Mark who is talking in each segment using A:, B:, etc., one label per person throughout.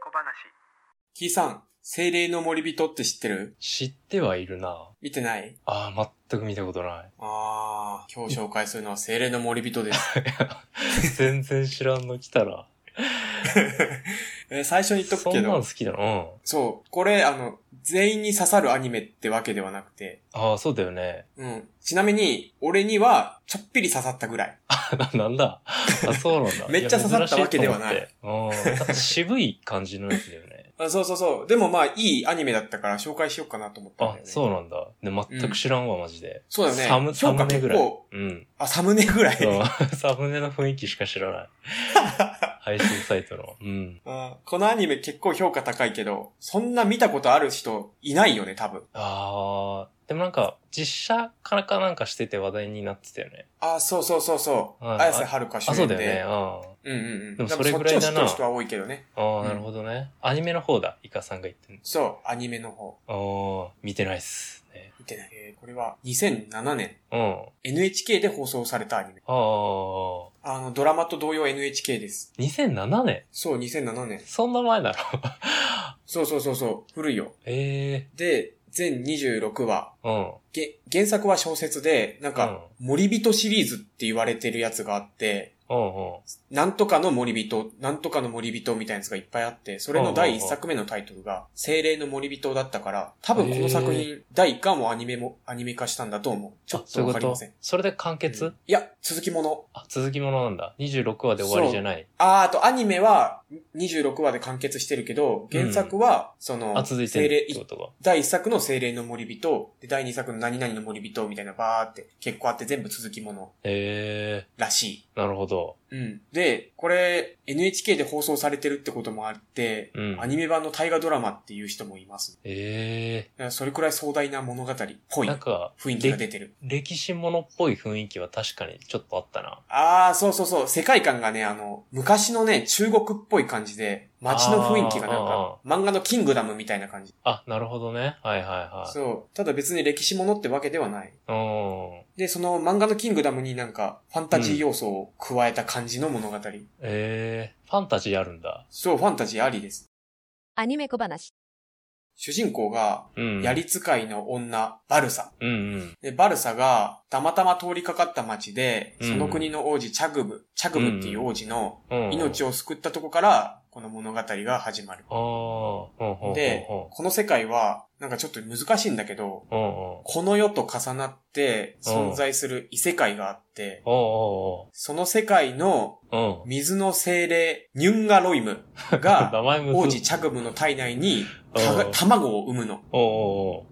A: 小話
B: キーさん、精霊の森人って知ってる
C: 知ってはいるな。
B: 見てない
C: ああ、全く見たことない。
B: あー、今日紹介するのは精霊の森人 です。
C: 全然知らんの来たら。
B: えー最初に言っとく
C: そ
B: け
C: んな
B: ど
C: の好、きだな。うん。
B: そう、これ、あの、全員に刺さるアニメってわけではなくて、
C: ああ、そうだよね。
B: うん。ちなみに、俺には、ちょっぴり刺さったぐら い。
C: ななんだ。あ、そうなんだ。
B: めっちゃ刺さったわけではない
C: や。珍しいと思ってうん。渋い感じのやつだよ ね。
B: あそうそうそう。でもまあ、いいアニメだったから紹介しようかなと思ったんだ
C: あ
B: よ、ね。
C: そうなんだ。ね、全く知らんわ、マジで。
B: そうだよね。
C: サム、サ
B: 評
C: ム
B: 価
C: ネ
B: 結
C: ぐらい
B: 構。、
C: うん。
B: あ、サムネぐらい。
C: そう サムネの雰囲気しか知らない。配信サイトの。うん。
B: うんこのアニメ結構評価高いけど、そんな見たことある人いないよね、多分。
C: ああ、でもなんか、実写からかなんかしてて話題になってたよね。
B: あ、そうそうそうそう。
C: はい
B: 綾瀬はるか主
C: あ、そう
B: 演で。
C: だよね。うん。
B: うんうんうん。
C: でもそれぐらいだな
B: 多分そっちを知ってる人は多いけどね。
C: あ
B: う
C: あ、
B: ん
C: なるほどね。アニメの方だ、イカさんが言ってる
B: そう、アニメの方。
C: の。ああ、見てないっす、ね。
B: 見てない。えーこれは2007年、
C: うん。
B: NHK で放送されたアニメ。
C: ああ、
B: あの、ドラマと同様 NHK です。
C: 2007年
B: そう、2007年。
C: そんな前だろ。
B: そうそうそうそう、古いよ。
C: ええ
B: で、全26話。
C: うん。
B: げ原作は小説で、なんか、森人シリーズって言われてるやつがあって、
C: うんうん。
B: なんとかの森人、なんとかの森人みたいなやつがいっぱいあって、それの第一作目のタイトルが、精霊の森人だったから、多分この作
C: へ
B: 品、第一巻もアニメも、アニメ化したんだと思う。ちょ
C: あ
B: っ
C: そう
B: と
C: いう
B: わ
C: こ
B: かりま
C: と
B: せん。
C: それで完結、
B: うんいや、続きもの。
C: あ、続きものなんだ。26話で終わりじゃない。
B: あー、あとアニメは26話で完結してるけど、原作は、その、
C: あ、続いて
B: 精
C: る
B: 霊
C: ってことが。
B: 第一作の精霊の森人、で第二作の何々の森人みたいなバーって結構あって全部続きもの
C: ええ
B: らしい。
C: なるほど。
B: うん。で、これ NHK で放送されてるってこともあって、
C: うん
B: アニメ版の大河ドラマっていう人もいます。
C: え
B: だ
C: え
B: からそれくらい壮大な物語っぽい
C: なんか、
B: 雰囲気が出てる。
C: 歴史ものっぽい雰囲気は確かにちょっとあったな。
B: あー、そうそうそう。世界観がね、あの、昔のね、中国っぽい感じで、街の雰囲気がなんか、漫画のキングダムみたいな感じ。
C: あ、なるほどね。はいはいはい。
B: そう。ただ別に歴史ものってわけではない。
C: うん。
B: で、その漫画のキングダムになんか、ファンタジー要素を加えた感じの物語。
C: ええファンタジーあるんだ。
B: そう、ファンタジーありです。
D: アニメ小話
B: 主人公が、
C: うん。
B: 槍使いの女、バルサ。
C: うんうん。
B: で、バルサが、たまたま通りかかった町で、
C: うん
B: その国の王子、チャグブ、チャグブっていう王子の
C: うん。
B: 命
C: を。
B: を救ったとこから、この物語が始まる。
C: ああ。うんうんうんうん。
B: で、この世界は、なんかちょっと難しいんだけど、
C: うんうん。
B: この世と重なって存在する異世界があって、
C: おう
B: その世界の
C: おうおう。うん。
B: 水の精霊、ニュンガロイムが、
C: 名前も
B: 王子チャグムの体内にた
C: うん
B: が卵を産むの。
C: おうお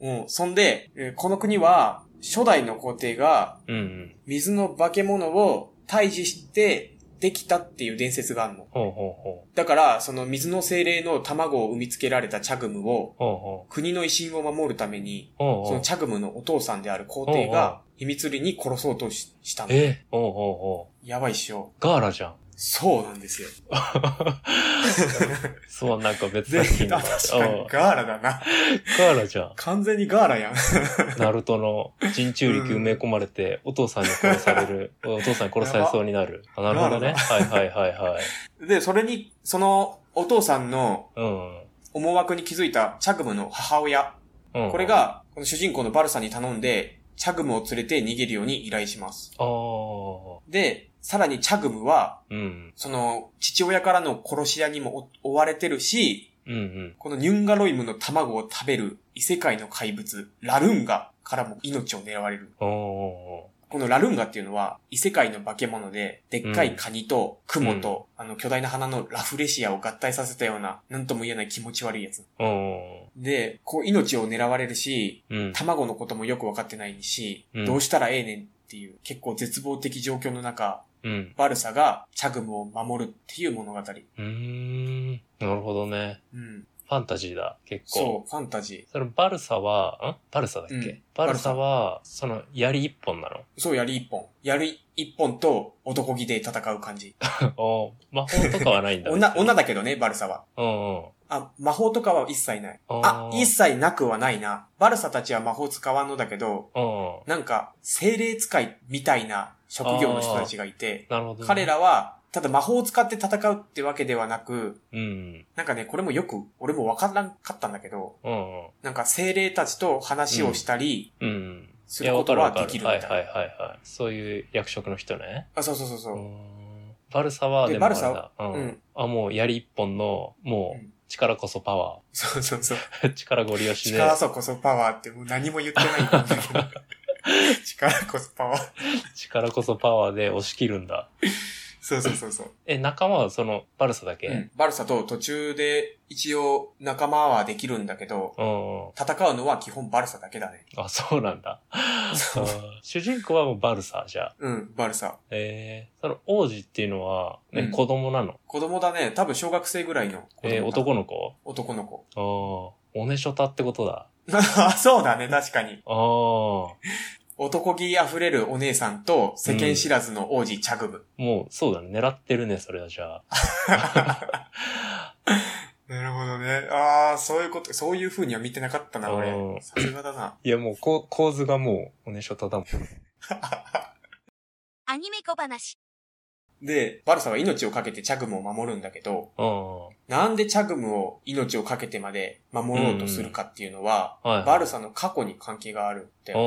C: うおう。
B: うん。そんで、えーこの国は、初代の皇帝が、
C: うんうん。
B: 水の化け物を退治して、できたっていう伝説があるの。
C: ほうほうほう。
B: だから、その水の精霊の卵を産みつけられたチャグムを、
C: ほうほう。
B: 国の威信を守るために、
C: ほ
B: そ
C: うほ
B: の
C: う。
B: チャグムのお父さんである皇帝が、秘密裏に殺そうとししたの。
C: えおうおうお
B: やばいっしょ。
C: う。ガーラじゃん。
B: そうなんですよ。
C: そう、なんか 別
B: 全
C: 作品
B: 員、
C: だ
B: あ
C: な。
B: 確か
C: う
B: に
C: ん
B: ガーラだな。
C: ガーラじゃん。
B: 完全にガーラやん。
C: ナルトの人中力埋め込まれて、お父さんに殺さ れる。お父さんに殺されそうになる。あなるほどね。
B: ガ
C: はいはいはいはい。
B: で、それに、その、お父さんの
C: うん
B: 思惑に気づいたチャグムの母親。
C: うん。
B: これ。が、この主人公のバルサに頼んで、チャグムを連れて逃げるように依頼します。
C: ああ。
B: で、さらにチャグムは、
C: うん。
B: その、父親からの殺し屋にもお追われてるし、
C: うんうん。
B: このニュンガロイムの卵を食べる異世界の怪物、ラルンガからも命を狙われる。
C: おうお
B: このラルンガっていうのは異世界の化け物で、でっかいカニとクモと、あの巨大な花のラフレシアを合体させたような、なんとも言えない気持ち悪いやつ。
C: うおう。うん。
B: で、こう命を狙われるし、
C: うん。
B: 卵のこともよくわかってないし、
C: うん
B: どうしたらええねんっていう結構絶望的状況の中、
C: うん。
B: 悪さがチャグムを守るっていう物語。
C: うーん。なるほどね。
B: うん。
C: ファンタジーだ、結
B: そ
C: 構。
B: う、ファンタジ
C: そのバルサは、んバルサだっけ、
B: うん
C: バルサは、その、槍一本なの。
B: ー。そう、槍一本。槍一本と男気で戦う感 じ。
C: お魔法とかはないんだ。
B: 女、
C: 別に
B: 女だけどね、バルサは。
C: うんうん。
B: あ、魔法とかは一切ない。あ
C: あ、ー
B: 一切なくはないな。バルサたちは魔法使わんのだけど、
C: うんうん。
B: なんか、精霊使いみたいな職業の人たちがいて、
C: なるほど、
B: 彼、らはただ魔法を使って戦うってわけではなく、
C: うん。
B: なんかね、これもよく、俺もわからんかったんだけど、
C: うん。
B: なんか精霊たちと話をしたり
C: うん。
B: することはできるみたいな。
C: はいはいはいはい。そういう役職の人ね。
B: あ、そうそうそうそうう。
C: んバルサは、
B: で
C: でもあれ
B: バル
C: だ。う。
B: うんん。
C: あ、もう槍一本の、も
B: うん
C: う、力こそパワ
B: そうそうそう。
C: ー。 力ご利用しで、
B: 力そこそパワーってもう何も言ってないんだけ ど。力こそパワー。
C: 力こそパワーで押し切るんだ。
B: そうそうそうそう。
C: え、仲間はその、バルサだけ
B: う
C: うん
B: ん、バルサと途中で一応仲間はできるんだけど、
C: うん。
B: 戦うのは基本バルサだけだね。
C: あ、そうなんだ。
B: そう
C: うん主人公はもうバルサ、じゃあ。
B: うん、バルサ。
C: えー、その王子っていうのは、ね
B: うん
C: 子供なの。
B: 子供だね。多分小学生ぐらいの子供だ
C: えー、男の子
B: 男の子。
C: ああ、おねしょたってことだ。
B: あそうだね、確かに。
C: ああ、
B: 男気溢れるお姉さんと世間知らずの王子チャグブ。
C: もうそうだね。狙ってるね、それはじゃあ。
B: なるほどね。ああ、そういうこと、そういう風には見てなかったな、
C: う
B: 俺。
C: ん
B: さすがだな。
C: いや、もうこ構図がもうおねしょただもん。
A: アニメ小話。
B: で、バルサは命を懸けてチャグムを守るんだけど、
C: あ
B: なんでチャグムを命を懸けてまで守ろうとするかっていうのは、
C: あ、はい。
B: バルサの過去に関係があるって
C: うん。う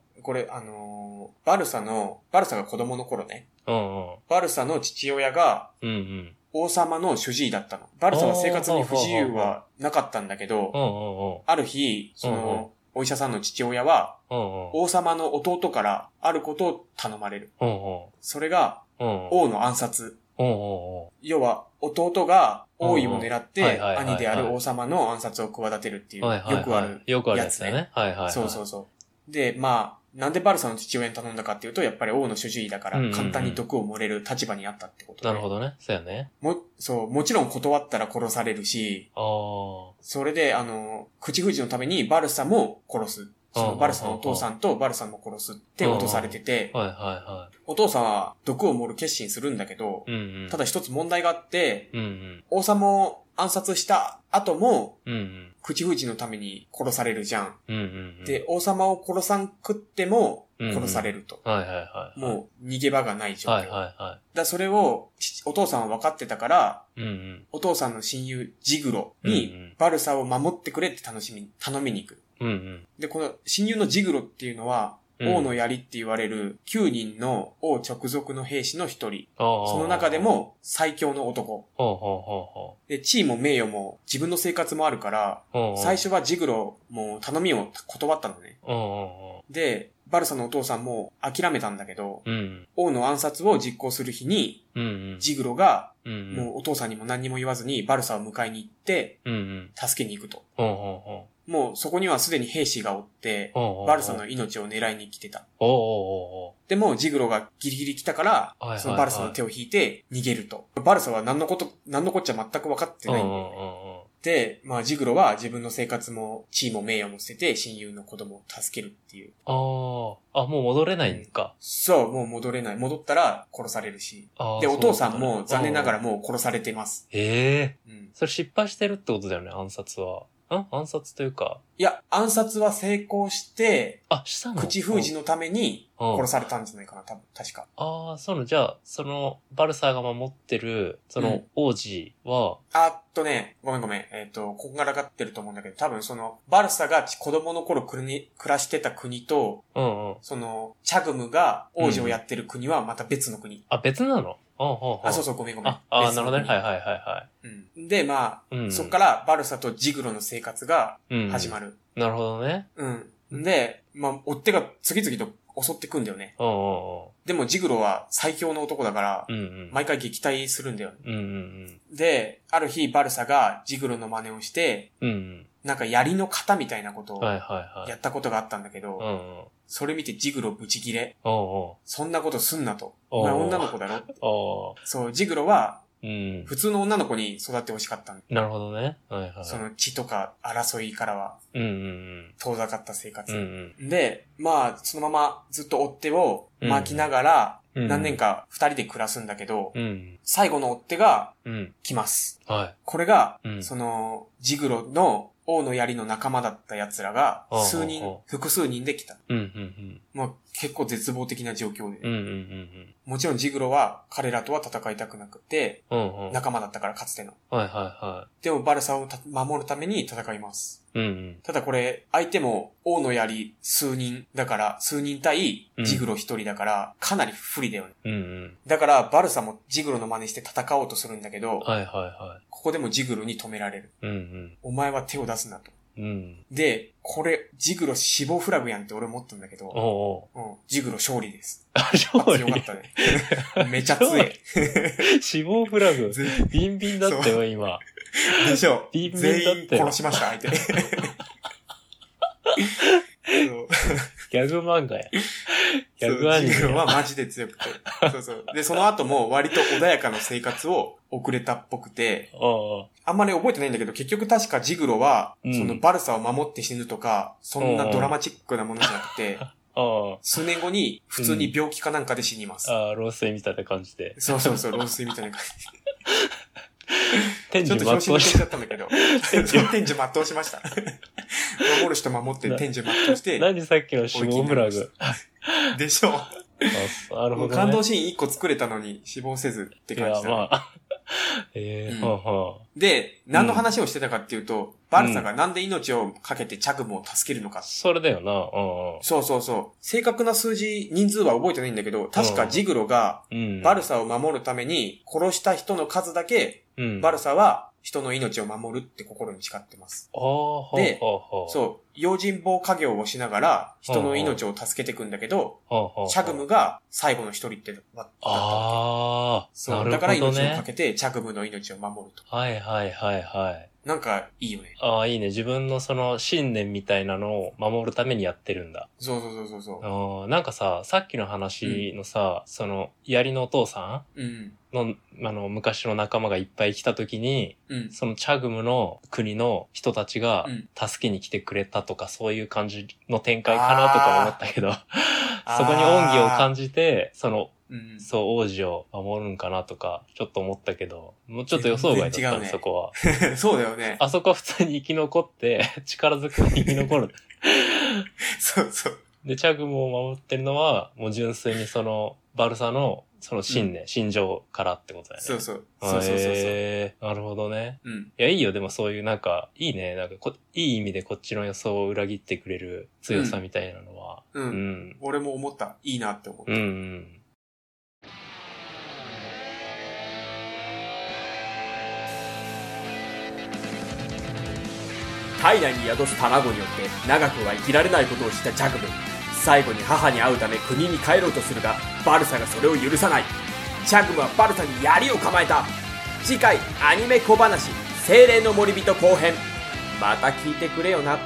C: ん
B: これ、あのーバルサの、バルサが子供の頃ね、
C: うん。うん
B: バルサの父親が
C: うん。うんうん。
B: 王様の主治医だったの。バルサは生活に不自由はなかったんだけ
C: う
B: ど、
C: んうんうん。
B: ある日、その、お医者さんの父親は、
C: うんうん。
B: 王様の弟からあることを頼まれる。
C: うんうん。
B: それが、
C: うんうん。
B: 王の暗殺。
C: うんうんうん。
B: 要は、弟が王位を狙っ
C: うんうんはい
B: て、
C: はいはいはい
B: 兄である王様の暗殺を企てるっていう、
C: はいはいはい。
B: よくある。
C: よくあるやつだね。はいはいはい。
B: そうそうそう。で、まあ、なんでバルサの父親に頼んだかっていうと、やっぱり王の主治医だか
C: う
B: ら
C: んうんうん
B: 簡単に毒を盛れる立場にあったってことで。
C: なるほどね。そうやね。
B: も、そう、もちろん断ったら殺されるし、
C: ああ。
B: それで、あの、口封じのためにバルサも殺す。そ
C: うんうんうん
B: の
C: うん
B: バルサのお父さんとバルサも殺すって落とされてて、
C: はいは
B: お父さんは毒を盛る決心するんだけど
C: いはい。、うんうん。
B: ただ一つ問題があって、
C: うんうん。
B: 王様を暗殺した後も、
C: うんうん。
B: 口封じのために殺されるじゃん。
C: うんうんうん。
B: で、、王様を殺さんくっても、
C: うんうん
B: 殺されると。
C: はいはいはい。
B: もう逃げ場がない状況。
C: はいはいは
B: だそれを父お父さんは分かってたから、
C: い。うんうん。
B: お父さんの親友ジグロ
C: うんうん
B: にバルサを守ってくれって楽しみ、頼みに行く。
C: うんうん。
B: で、この親友のジグロっていうのは、
C: うん
B: 王の槍って言われる9人の王直属の兵士の一人。
C: そ
B: その中で、も最強の男。
C: ほうほうほ
B: で、地位も名誉も自分の生活もあるから、
C: うほう。
B: 最初はジグロも頼みを断ったのね。
C: うんうん
B: で、バルサのお父さんも諦めたんだけど、
C: うん。
B: 王の暗殺を実行する日に、
C: うんうん。
B: ジグロが、
C: うんうん。
B: もうお父さんにも何にも言わずにバルサを迎えに行って、
C: うんうん。
B: 助けに行くと。
C: ほうほうほ
B: もうそこにはすでに兵士がおって
C: う。、ほうほう
B: バルサの命を狙いに来てた。
C: おうおうおうお
B: でも、ジグロがギリギリ来たから
C: はいはいは、い
B: そのバルサの手を引いて逃げると。バルサは何のこと、何のこっちゃ全く分かって
C: う
B: ない
C: うんんうん
B: で。で、まあ、ジグロは自分の生活も、地位も名誉も捨てて、親友の子供を助けるっていう。
C: うん。ああ。あ、もう戻れないんか。
B: そう、もう戻れない。戻ったら殺されるし。
C: あー
B: で、
C: そうい
B: お
C: うことね
B: 父さんも残念ながら
C: うん
B: もう殺されてます。
C: ええ。
B: うん。
C: それ失敗してるってことだよね、暗殺は。ん暗殺というか。
B: いや、暗殺は成功して、
C: あ、したの
B: 口封じ
C: の。
B: のために
C: うん
B: 殺されたんじゃないかな、多分、確か。
C: ああ、その、じゃあ、その、バルサーが守ってる、そうの
B: ん、
C: 王子は、
B: あっとね、ごめんごめん。えっ、と、こんがらがってると思うんだけど、多分その、バルサが子供の頃国暮らしてた国と、
C: うんうん。
B: その、チャグムが王子をやってる国はまた別の国。
C: あ、別なのうんうんうん。
B: あ、そうそう、ごめんごめん。
C: あ、あー
B: 別
C: な
B: の
C: るほ
B: 国
C: どね。はいはいはいはい。
B: うん。で、まあ、
C: うん
B: そっからバルサとジグロの生活が
C: うん
B: 始まる。
C: なるほどね。
B: うん。で、まあ、追っ手が次々と襲ってくんだよね。
C: うんうん
B: でもジグロは最強の男だから、
C: うん。うんうん。
B: 毎回撃退するんだよね。
C: うんうん
B: で、ある日バルサがジグロの真似をして、
C: うん。うん
B: なんか槍の型みたいなこと
C: うん。
B: を
C: はいはいはい。
B: やったことがあったんだけ
C: うんう
B: ど、
C: ん。
B: それ見てジグロブチギレ。
C: おう
B: そんなことすんなと。お
C: おう
B: 前女の子だろ
C: おうお
B: そう、ジグロは
C: ううん。
B: 普通の女の子に育ってほしかったんだ
C: なるほどね。はいはい。
B: その血とか争いからは
C: うんうん
B: 遠ざかった生
C: うん。う
B: 活。
C: ん
B: で、まあ、そのままずっと追っ手を巻きながら、
C: うん。
B: 何年。か二人で暮らすんだけど、
C: うん。
B: 最後の追っ手が
C: うん。
B: 来ます。
C: は
B: これが、
C: うん
B: その、ジグロの王の槍の仲間だった奴らが
C: ああ、
B: 数人
C: ああ、
B: 複数人で来た。
C: い。うん、うん、
B: まあ、結構絶望的な状況
C: うん。う
B: で。
C: ん、うん、うん
B: もちろんジグロは彼らとは戦いたくなくて、
C: うん。うん、うん。はい、
B: 仲間だったからかつての。
C: はい、は
B: でもバルサをた守るために戦います。
C: い。うん、うん。
B: ただこれ、相手も王の槍数人だから、数人対ジグロ一人だから、かなり不利だよね。
C: うん、うん。
B: だから、バルサもジグロの真似して戦おうとするんだけど、
C: はい、はい、は
B: ここでもジグロに止められる。
C: い。うん、
B: お前は手を出すなと。
C: うん。うん。
B: で、これ、ジグロ死亡フラグやんって俺思ったんだけ
C: お
B: ど、
C: おう。
B: うん、ジグロ勝利です。
C: あ、勝
B: 強かっ
C: 利。
B: たね。 めちゃ強い。
C: 死亡フラグ。
B: 全
C: ビンビンだったよ、今。
B: でしょ。
C: ビンビンだったよ
B: 全員殺しました、相 手。そう
C: ギャグ漫画や。ギ
B: そう
C: ャグアニメ
B: ジグロ
C: や。
B: はマジで強くて。そうそう。で、その後も割と穏やかな生活を送れたっぽくて、
C: おうおう
B: あんまり覚えてないんだけど、結局確かジグロは、
C: うん
B: そのバルサを守って死ぬとか、そんなドラマチックなものじゃなくて、
C: おうおう
B: 数年後に普通に病気かなんかで死にます。
C: ああ、老衰みたいな感じで。
B: そうそうそう、老衰みたいな感
C: 天
B: じ。ちょ
C: 寿
B: っと表
C: 全
B: 紙
C: う
B: に
C: し
B: しちゃったんだけど、
C: 天寿。
B: 天寿全うしました。守る人守って天寿全うしたて、
C: 何さっきの死亡フラグ。
B: でしょ
C: あ、なる
B: う。
C: ほど、ね。
B: 感動シーン1個作れたのに死亡せずって
C: い
B: 感
C: や、
B: じだね。
C: まあ。 ええ
B: うん
C: はあはあ。
B: で、何の話をしてたかっていうと、バルサがなんで命をかけてチャグムを助けるのか。
C: それだよな。う
B: そうそうそう。正確な数字、人数は覚えてないんだけど、確かジグロが
C: んうん。うん。
B: バルサを守るために殺した人の数だけ
C: うん。
B: バルサは人の命を守るって心に誓ってます。
C: ああ、はあ、
B: で
C: はあ。う。
B: そう、用心棒家業をしながら人の命を助けていくんだけど、
C: はあ、はあ。
B: チャグム。が最後の一人ってだった。
C: ああ、
B: そ
C: な
B: う、
C: る
B: だから
C: ほど
B: 命をか
C: ね。
B: けてチャグムの命を守ると。
C: はいはいはいはい。
B: なんかいいよね。
C: ああ、いいね。自分のその信念みたいなのを守るためにやってるんだ。
B: そうそうそうそうそ
C: ああなんかさ、さっきの話のさ、その、槍のお父さ
B: う。うん。
C: んの、あの、昔の仲間がいっぱい来た時に、
B: うん。
C: そのチャグムの国の人たちが
B: うん
C: 助けに来てくれたとか、そういう感じの展開かなとか思ったけ ど、
B: ー
C: そこに恩義を感じて、その、
B: うん。
C: そう、王子を守るんかなとか、ちょっと思ったけど、もうちょっと予想外だっ
B: 全然違
C: た
B: う
C: ね、
B: ね
C: そこは。
B: そうだよね。
C: あそこは普通に生き残って、 力ずくで生き 残る。
B: そうそう。
C: で、チャグムを守ってるのは、もう純粋にその、バルサの、その信念、心情からってことだよね。
B: そうそう。
C: あ
B: そうそうそうそう。
C: へーなるほどね。
B: うん。
C: いや、いいよ。でもそういう、なんか、いいね。なんかこ、いい意味でこっちの予想を裏切ってくれる強さみたいなのは。
B: う。
C: うんん。
B: 俺も思った。いいなって思った
C: うん。う。ん。
B: 体内に宿す卵によって長くは生きられないことを知ったジャグム最後に母に会うため国に帰ろうとするがバルサがそれを許さないジャグムはバルサに槍を構えた次回アニメ小話「精霊の森人」後編また聞いてくれよな